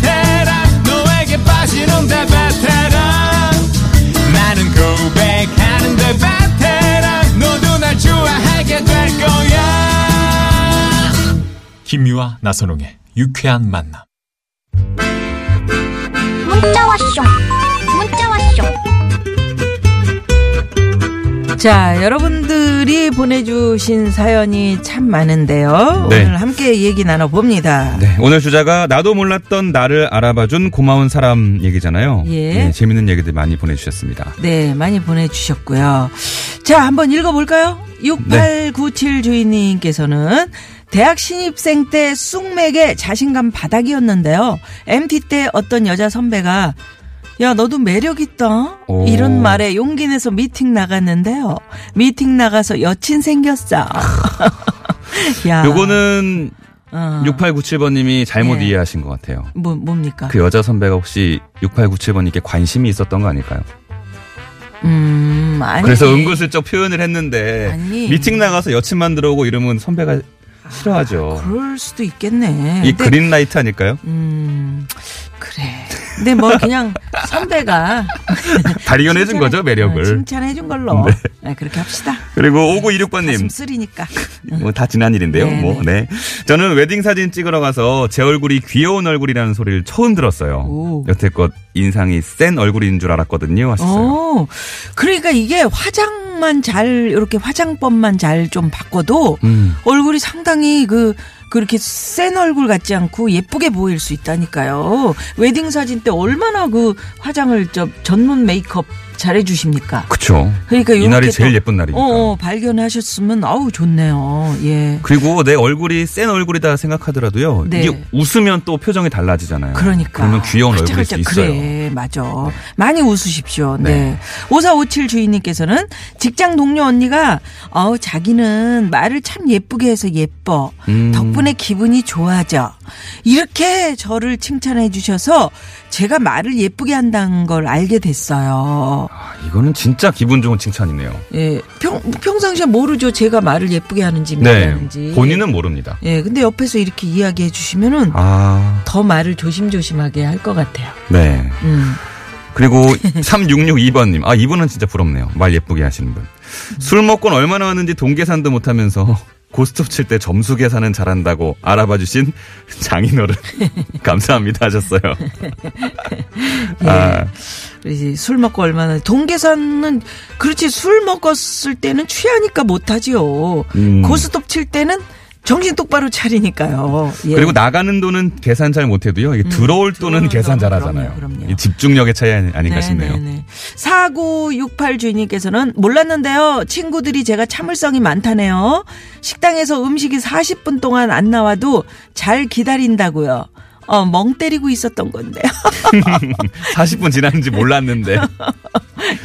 베테랑 너에게 빠지는데 베테랑 나는 고백하는데 베테랑 너도 날 좋아하게 될 거야 김미화 나선홍의 유쾌한 만남. 문자 왔쇼 문자 왔쇼 자, 여러분들이 보내주신 사연이 참 많은데요. 네. 오늘 함께 얘기 나눠봅니다. 네, 오늘 주제가 나도 몰랐던 나를 알아봐준 고마운 사람 얘기잖아요. 네, 예. 재밌는 얘기들 많이 보내주셨습니다. 네, 많이 보내주셨고요. 자, 한번 읽어볼까요? 네. 6897 주인님께서는 대학 신입생 때 쑥맥에 자신감 바닥이었는데요. MT 때 어떤 여자 선배가 야, 너도 매력있다. 오. 이런 말에 용기 내서 미팅 나갔는데요. 미팅 나가서 여친 생겼어. 야. 요거는 어. 6897번님이 잘못 아. 예. 이해하신 것 같아요. 뭐, 뭡니까? 그 여자 선배가 혹시 6897번님께 관심이 있었던 거 아닐까요? 음, 아니. 그래서 은근슬쩍 표현을 했는데 아니. 아, 미팅 나가서 여친만 들어오고 이러면 선배가 싫어하죠. 그럴 수도 있겠네. 이 근데, 그린라이트 아닐까요? 음, 그래. 근데 뭐 그냥 선배가 발견해준 칭찬해- 거죠, 매력을. 어, 칭찬해준 걸로. 네, 그렇게 합시다. 그리고 5926번님. 가슴 쓰리니까. 뭐 다 지난 일인데요. 네, 뭐 네. 저는 웨딩 사진 찍으러 가서 제 얼굴이 귀여운 얼굴이라는 소리를 처음 들었어요. 오. 여태껏 인상이 센 얼굴인 줄 알았거든요. 하셨어요. 어, 그러니까 이게 화장만 잘 이렇게 화장법만 잘 좀 바꿔도 음. 얼굴이 상당히 그 그렇게 센 얼굴 같지 않고 예쁘게 보일 수 있다니까요. 웨딩 사진 때 얼마나 그 화장을 저 전문 메이크업 잘해 주십니까? 그쵸. 그러니까 이 날이 요렇게 제일 또- 예쁜 날이니까. 어, 어, 발견하셨으면 아우 좋네요. 예. 그리고 내 얼굴이 센 얼굴이다 생각하더라도요. 네. 이게 웃으면 또 표정이 달라지잖아요. 그러니까. 그러면 귀여운 얼굴일 수 활짝활짝. 있어요. 그래, 맞아. 많이 웃으십시오. 네. 네. 5457 주인님께서는 직장 동료 언니가, 어우, 자기는 말을 참 예쁘게 해서 예뻐. 음. 덕분에 기분이 좋아져. 이렇게 저를 칭찬해 주셔서 제가 말을 예쁘게 한다는 걸 알게 됐어요. 아, 이거는 진짜 기분 좋은 칭찬이네요. 예. 평, 평상시에 모르죠. 제가 말을 예쁘게 하는지, 말 네. 하는지. 본인은 모릅니다. 예, 근데 옆에서 이렇게 이야기해 주시면은 아, 더 말을 조심조심하게 할 것 같아요. 네. 음. 그리고 3662번님. 아, 이분은 진짜 부럽네요. 말 예쁘게 하시는 분. 술 먹고는 얼마나 왔는지 동계산도 못하면서 고스톱 칠 때 점수 계산은 잘한다고 알아봐 주신 장인어른. 감사합니다 하셨어요. 예, 아, 그래서 술 먹고 얼마나 동계산은 그렇지 술 먹었을 때는 취하니까 못하지요. 음. 고스톱 칠 때는 정신 똑바로 차리니까요. 예. 음, 그리고 나가는 돈은 계산 잘 못해도요. 이게 들어올 들어오는 돈은 계산 돈은 잘하잖아요. 그럼요, 그럼요. 이 집중력의 차이 아니- 아닌가 싶네요. 네네네. 4968 주인님께서는 몰랐는데요. 친구들이 제가 참을성이 많다네요. 식당에서 음식이 40분 동안 안 나와도 잘 기다린다고요. 어, 멍 때리고 있었던 건데요. 40분 지났는지 몰랐는데.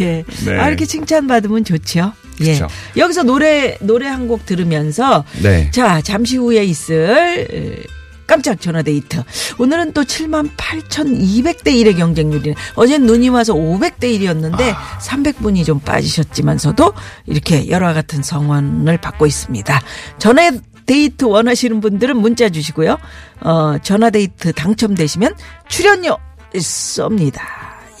예. 네. 아, 이렇게 칭찬받으면 좋죠. 예. 그쵸. 여기서 노래, 노래 한 곡 들으면서 네. 자, 잠시 후에 있을 에, 깜짝 전화 데이트. 오늘은 또 78,200대 1의 경쟁률이네. 어젠 눈이 와서 500대 1이었는데 아. 300분이 좀 빠지셨지만서도 이렇게 여러 같은 성원을 받고 있습니다. 전화 데이트 원하시는 분들은 문자 주시고요. 어, 전화 데이트 당첨되시면 출연료 쏩니다.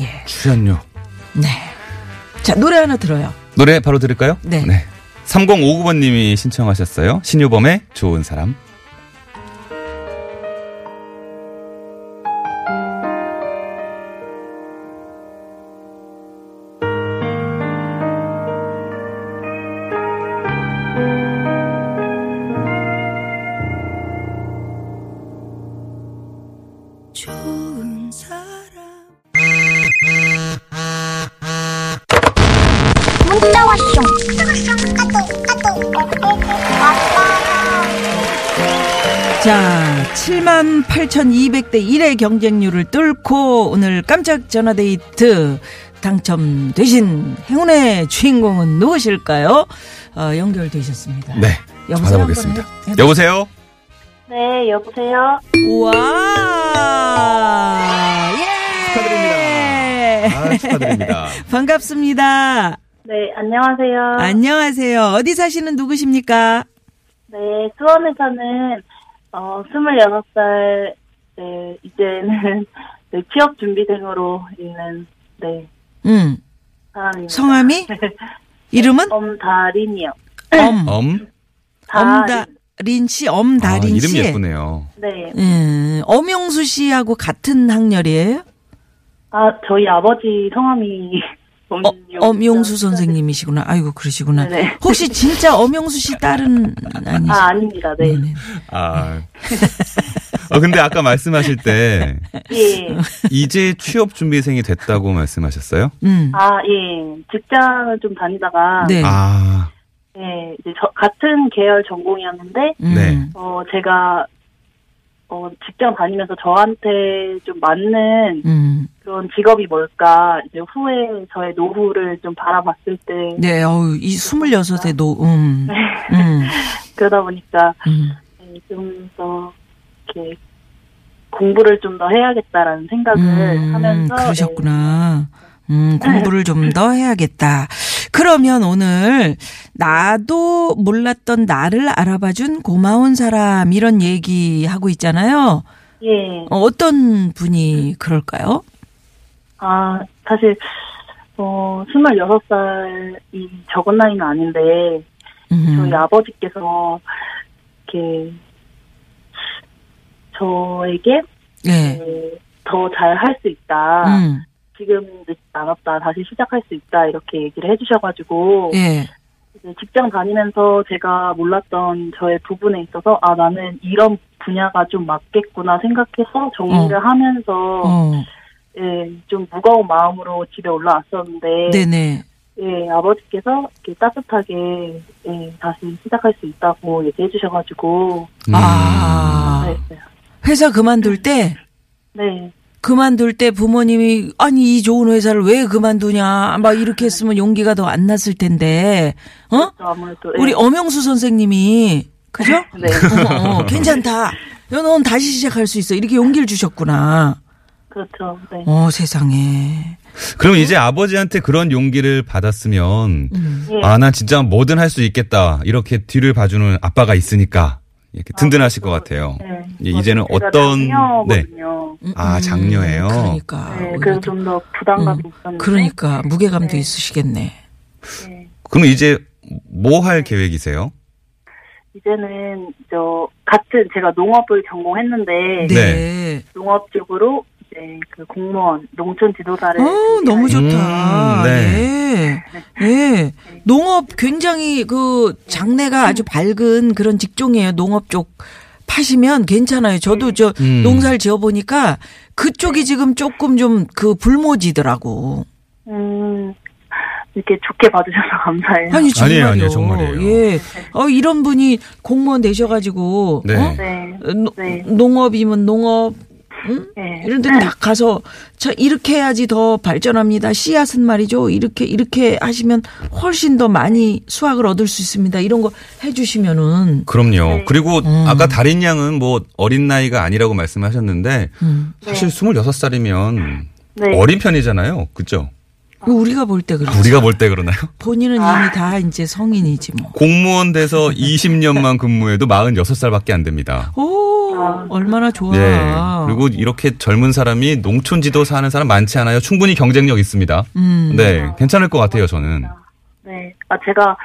예. 출연료. 네. 자, 노래 하나 들어요. 노래 바로 들을까요? 네. 3059번님이 신청하셨어요. 신효범의 좋은 사람. 문자 왔쇼 까똑 까똑 왔다 자, 7만 8,200대 1의 경쟁률을 뚫고 오늘 깜짝 전화데이트 당첨되신 행운의 주인공은 누구실까요? 어, 연결되셨습니다. 네. 여보세요? 받아보겠습니다. 한번 해- 해보- 여보세요? 네, 여보세요. 우와! 예! 축하드립니다. 아, 축하드립니다. 네. 반갑습니다. 네, 안녕하세요. 안녕하세요. 어디 사시는 누구십니까? 네, 수원에 사는 어 26살 네, 이제는 네, 취업 준비생으로 있는 네, 음. 사람입니다. 성함이? 이름은? 엄다린이요. 엄. 엄? 다린. 엄다린 씨, 아, 엄다린 이름 씨. 예쁘네요. 네. 음, 엄영수 씨하고 같은 학렬이에요? 아, 저희 아버지 성함이 어, 엄용수 엄영수 선생님이시구나. 아이고, 그러시구나. 네네. 혹시 진짜 엄영수 씨 딸은 아니시죠? 아, 아닙니다. 네. 네네. 아. 어, 근데 아까 말씀하실 때 네. 예. 이제 취업 준비생이 됐다고 말씀하셨어요? 음. 아, 예. 직장을 좀 다니다가 네. 아, 예, 이제 저, 같은 계열 전공이었는데 음. 네. 어, 제가, 어, 직장 다니면서 저한테 좀 맞는 음. 그런 직업이 뭘까, 이제 후에 저의 노후를 좀 바라봤을 때, 네, 어우, 이 26에 노, 음. 네. 음. 그러다 보니까, 네, 음. 좀 더, 이렇게, 공부를 좀 더 해야겠다라는 생각을 음, 그 하면서. 네. 그러셨구나. 음, 공부를 좀 더 해야겠다. 그러면 오늘 나도 몰랐던 나를 알아봐준 고마운 사람 이런 얘기 하고 있잖아요. 예, 예. 어, 어떤 분이 그럴까요? 아, 사실, 어, 26살이 적은 나이는 아닌데, 저희 음, 아버지께서, 이렇게, 저에게 예. 더 잘 할 수 있다. 음, 지금 늦지 않았다. 다시 시작할 수 있다. 이렇게 얘기를 해주셔가지고 예. 이제 직장 다니면서 제가 몰랐던 저의 부분에 있어서 아 나는 이런 분야가 좀 맞겠구나 생각해서 정리를 하면서 어, 예, 좀 무거운 마음으로 집에 올라왔었는데 네네. 예, 아버지께서 이렇게 따뜻하게 예, 다시 시작할 수 있다고 얘기해주셔가지고 음. 아, 잘했어요. 회사 그만둘 때, 네, 그만둘 때 부모님이 아니, 이 좋은 회사를 왜 그만두냐. 막 이렇게 했으면 용기가 더 안 났을 텐데, 어? 저 아무래도 예, 우리 엄영수 선생님이 그죠? 네. 어머, 어, 괜찮다. 야, 넌 다시 시작할 수 있어. 이렇게 용기를 주셨구나. 그렇죠. 네. 어 세상에. 그럼 이제 아버지한테 그런 용기를 받았으면 예. 아, 나 진짜 뭐든 할 수 있겠다. 이렇게 뒤를 봐주는 아빠가 있으니까 이렇게 든든하실 것 같아요. 네. 예, 이제는 제가 어떤- 장녀거든요. 음, 아, 음, 장녀예요? 그러니까. 네, 오히려 더- 그래서 좀 더 부담감이 있었는데. 그러니까 무게감도 네. 있으시겠네. 네. 그럼 이제 뭐 할 계획이세요? 이제는 저 같은 제가 농업을 전공했는데 네. 농업 쪽으로 이제 그 공무원 농촌 지도사를 어 너무 좋다. 음, 네. 예. 농업 굉장히 그 장래가 아주 밝은 그런 직종이에요. 농업 쪽 파시면 괜찮아요. 저도 저 음. 농사를 지어 보니까 그쪽이 지금 조금 좀 그 불모지더라고. 음, 이렇게 좋게 봐주셔서 감사해요. 아니 정말요. 아니에요, 아니에요, 정말이에요. 예. 어 이런 분이 공무원 되셔가지고 네. 어? 네, 어, 노- 네. 농업이면 농업 네. 이런데 딱 가서 자 이렇게 해야지 더 발전합니다. 씨앗은 말이죠. 이렇게 이렇게 하시면 훨씬 더 많이 수확을 얻을 수 있습니다. 이런 거 해주시면은 그럼요. 네. 그리고 음. 아까 다린 양은 뭐 어린 나이가 아니라고 말씀하셨는데 음. 사실 네. 26살이면 네. 어린 편이잖아요. 그죠? 우리가 볼 때 그렇죠. 우리가 볼 때 그러나요? 본인은 이미 다 이제 성인이지 뭐. 공무원 돼서 20년만 근무해도 46살밖에 안 됩니다. 오 얼마나 좋아. 네. 그리고 이렇게 젊은 사람이 농촌 지도사 하는 사람 많지 않아요. 충분히 경쟁력 있습니다. 음. 네. 괜찮을 것 같아요, 저는. 네. 아 제가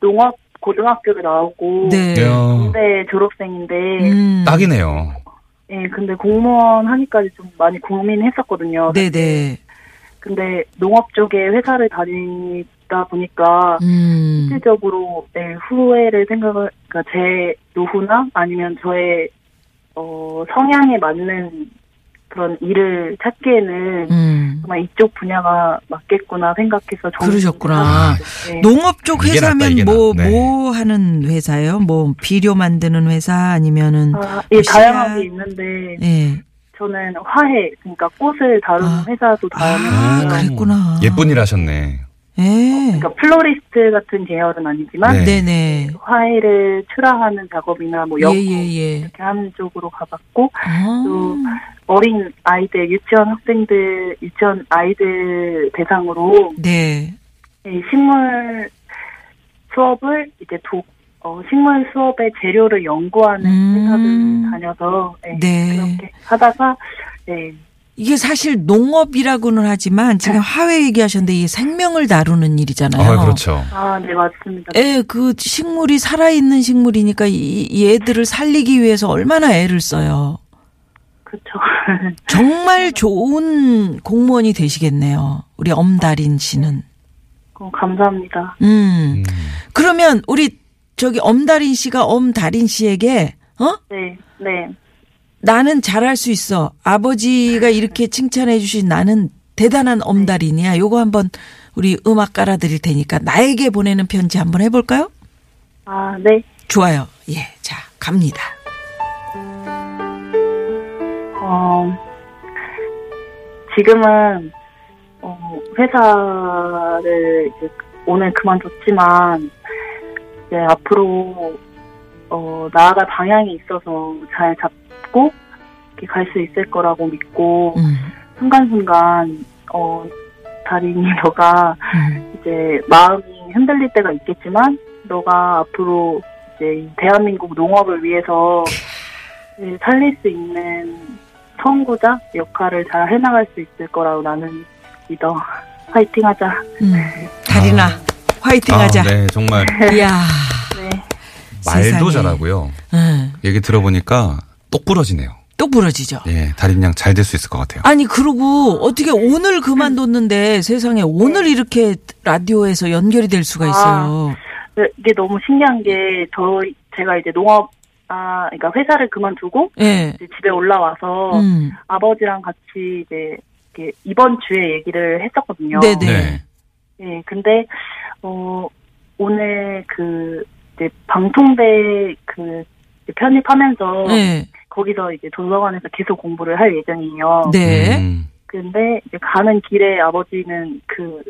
농업 고등학교를 나오고 네. 이야, 군대 졸업생인데, 음. 딱이네요. 예, 근데 공무원 하니까지 좀 많이 고민했었거든요. 네네. 근데 농업 쪽에 회사를 다니다 보니까 음. 실질적으로 네, 후회를 생각을 그러니까 제 노후나 아니면 저의 어, 성향에 맞는 그런 일을 찾기에는 음. 정말 이쪽 분야가 맞겠구나 생각해서 정- 그러셨구나. 네. 농업 쪽 아, 이게 낫다, 이게 회사면 뭐 뭐 낫- 네. 하는 회사예요? 뭐 비료 만드는 회사 아니면은 아, 예, 시야- 다양하게 있는데 예. 저는 화해, 그러니까 꽃을 다루는 아. 회사도 아, 다니고, 그랬구나. 예쁜 일 하셨네. 예. 그러니까 플로리스트 같은 계열은 아니지만 네. 네네. 화해를 출하하는 작업이나 뭐 연구 예, 예, 예. 이렇게 하는 쪽으로 가봤고 아. 또 어린 아이들, 유치원 학생들, 유치원 아이들 대상으로 네. 이 식물 수업을 이제 도, 어, 식물 수업의 재료를 연구하는 음. 회사들 다녀서 예, 네. 그렇게 하다가 예, 이게 사실 농업이라고는 하지만 네. 지금 화훼 얘기하셨는데 이게 생명을 다루는 일이잖아요. 아, 그렇죠. 아, 네 맞습니다. 예, 그 식물이 살아있는 식물이니까 이, 이 애들을 살리기 위해서 얼마나 애를 써요. 그렇죠. 네. 정말 좋은 공무원이 되시겠네요. 우리 엄다린 씨는. 어, 감사합니다. 음. 그러면 우리 저기 엄다린 씨가 엄다린 씨에게 어? 네, 네, 나는 잘할 수 있어. 아버지가 이렇게 칭찬해 주신 나는 대단한 엄다린이야. 요거 한번 우리 음악 깔아 드릴 테니까 나에게 보내는 편지 한번 해 볼까요? 아, 네. 좋아요. 예. 자, 갑니다. 어, 지금은, 어, 회사를 이제 오늘 그만뒀지만, 이제 앞으로, 어, 나아갈 방향이 있어서 잘 잡고, 이렇게 갈 수 있을 거라고 믿고, 음. 순간순간, 어, 다린이 너가 음. 이제 마음이 흔들릴 때가 있겠지만, 너가 앞으로 이제 이 대한민국 농업을 위해서 이제 살릴 수 있는 선구자 역할을 잘 해나갈 수 있을 거라고 나는 믿어. 화이팅 하자. 음. 다린아. 화이팅 하자. 아, 네, 정말 이야. 네. 세상에. 말도 잘하고요. 응. 얘기 들어보니까 똑 부러지네요. 예, 또 부러지죠. 예, 달인양 잘 될 수 있을 것 같아요. 아니 그러고 어떻게 오늘 그만뒀는데 세상에 오늘 이렇게 라디오에서 연결이 될 수가 있어요. 근데 네, 이게 너무 신기한 게, 저, 제가 이제 농업, 아, 그러니까 회사를 그만두고 예. 이제 집에 올라와서 음. 아버지랑 같이 이제 이렇게 이번 주에 얘기를 했었거든요. 네네. 네. 네, 근데 어 오늘 그 이제 방통대 그 이제 편입하면서 네. 거기서 이제 도서관에서 계속 공부를 할 예정이에요. 네. 음, 근데 이제 가는 길에 아버지는 그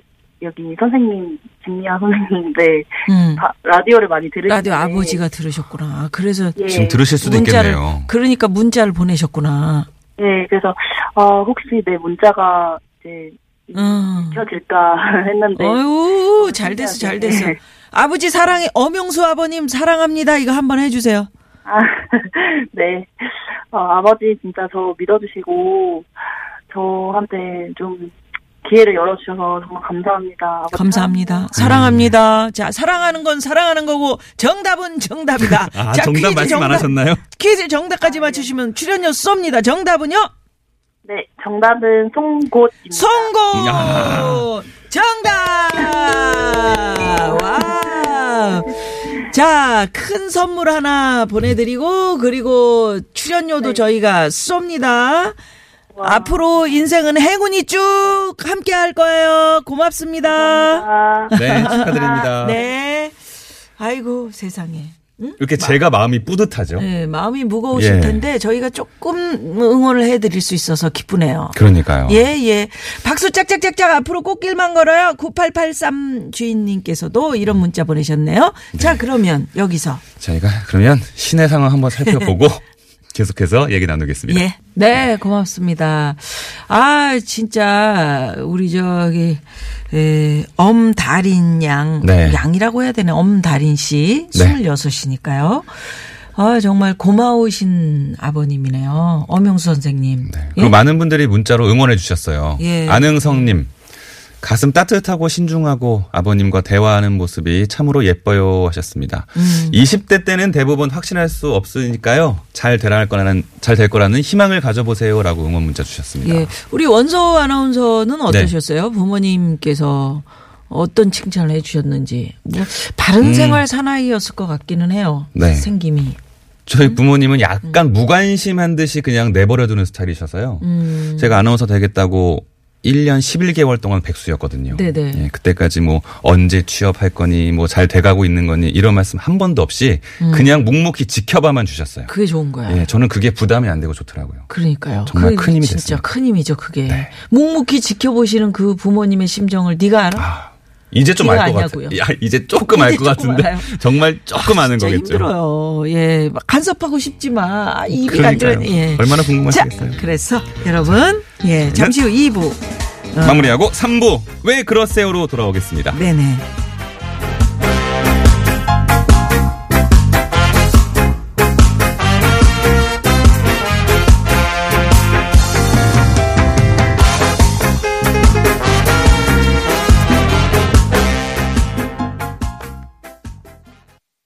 여기 선생님 김미아 선생님인데 음. 바- 라디오를 많이 들으시는데 라디오 아버지가 들으셨구나. 아, 그래서 네. 예, 지금 들으실 수도 문자를 있겠네요. 그러니까 문자를 보내셨구나. 예, 그래서 어 혹시 내 문자가 이제 음. 켜질까 했는데 어유 잘 됐어 잘 됐어. 네. 아버지 사랑해 엄영수 아버님 사랑합니다. 이거 한번 해주세요. 아, 네. 어, 아버지 진짜 저 믿어주시고, 저한테 좀 기회를 열어주셔서 정말 감사합니다. 네. 아버지 감사합니다. 사랑합니다. 자 사랑하는 건 사랑하는 거고 정답은 정답이다. 아, 자, 정답 퀴즈 말씀 안 정답. 하셨나요? 퀴즈 정답까지 맞추시면 출연료 쏩니다. 정답은요? 네, 정답은 송곳입니다. 송곳! 야. 정답! 와! 자, 큰 선물 하나 보내드리고, 그리고 출연료도 네. 저희가 쏩니다. 앞으로 인생은 행운이 쭉 함께 할 거예요. 고맙습니다. 아, 네, 축하드립니다. 네. 아이고, 세상에. 응? 이렇게 제가 마음이 뿌듯하죠. 네, 마음이 무거우실 예. 텐데, 저희가 조금 응원을 해드릴 수 있어서 기쁘네요. 그러니까요. 예, 예. 박수 짝짝짝짝 앞으로 꽃길만 걸어요. 9883 주인님께서도 이런 문자 보내셨네요. 자, 그러면 여기서. 저희가 그러면 시내 상황 한번 살펴보고 계속해서 얘기 나누겠습니다. 예. 네, 고맙습니다. 아, 진짜, 우리 저기, 에, 엄다린 양. 네. 양이라고 해야 되네. 엄다린 씨. 네. 26이니까요. 아, 정말 고마우신 아버님이네요. 엄영수 선생님. 네. 그리고 많은 분들이 문자로 응원해 주셨어요. 예. 안흥성님. 가슴 따뜻하고 신중하고 아버님과 대화하는 모습이 참으로 예뻐요 하셨습니다. 음. 20대 때는 대부분 확신할 수 없으니까요. 잘 될 거라는 잘 될 거라는 희망을 가져보세요라고 응원 문자 주셨습니다. 네. 예. 우리 원서 아나운서는 어떠셨어요? 부모님께서 어떤 칭찬을 해주셨는지. 뭐, 바른 생활 사나이였을 것 같기는 해요. 음. 네. 생김이. 음. 저희 부모님은 음. 약간 무관심한 듯이 그냥 내버려두는 스타일이셔서요. 제가 아나운서 되겠다고 1년 11개월 동안 백수였거든요. 네네. 예, 그때까지 뭐 언제 취업할 거니 뭐 잘 돼가고 있는 거니 이런 말씀 한 번도 없이 그냥 묵묵히 지켜봐만 주셨어요. 음. 그게 좋은 거야. 예, 저는 그게 부담이 안 되고 좋더라고요. 그러니까요. 정말 그게 큰 힘이 진짜 됐습니다. 큰 힘이죠, 그게. 네. 묵묵히 지켜보시는 그 부모님의 심정을 네가 알아? 이제 좀 이거 알 것 같아요. 아냐고요. 야, 이제 조금 알 것 이제 조금 같은데 알아요. 정말 조금 아는 진짜 거겠죠. 힘들어요. 예, 막 간섭하고 싶지만 아, 입이 안 그러니까요. 들어. 예. 얼마나 자, 궁금하시겠어요. 그래서 여러분, 예, 잠시 후 2부. 마무리하고 3부 왜 그러세요로 돌아오겠습니다. 네네.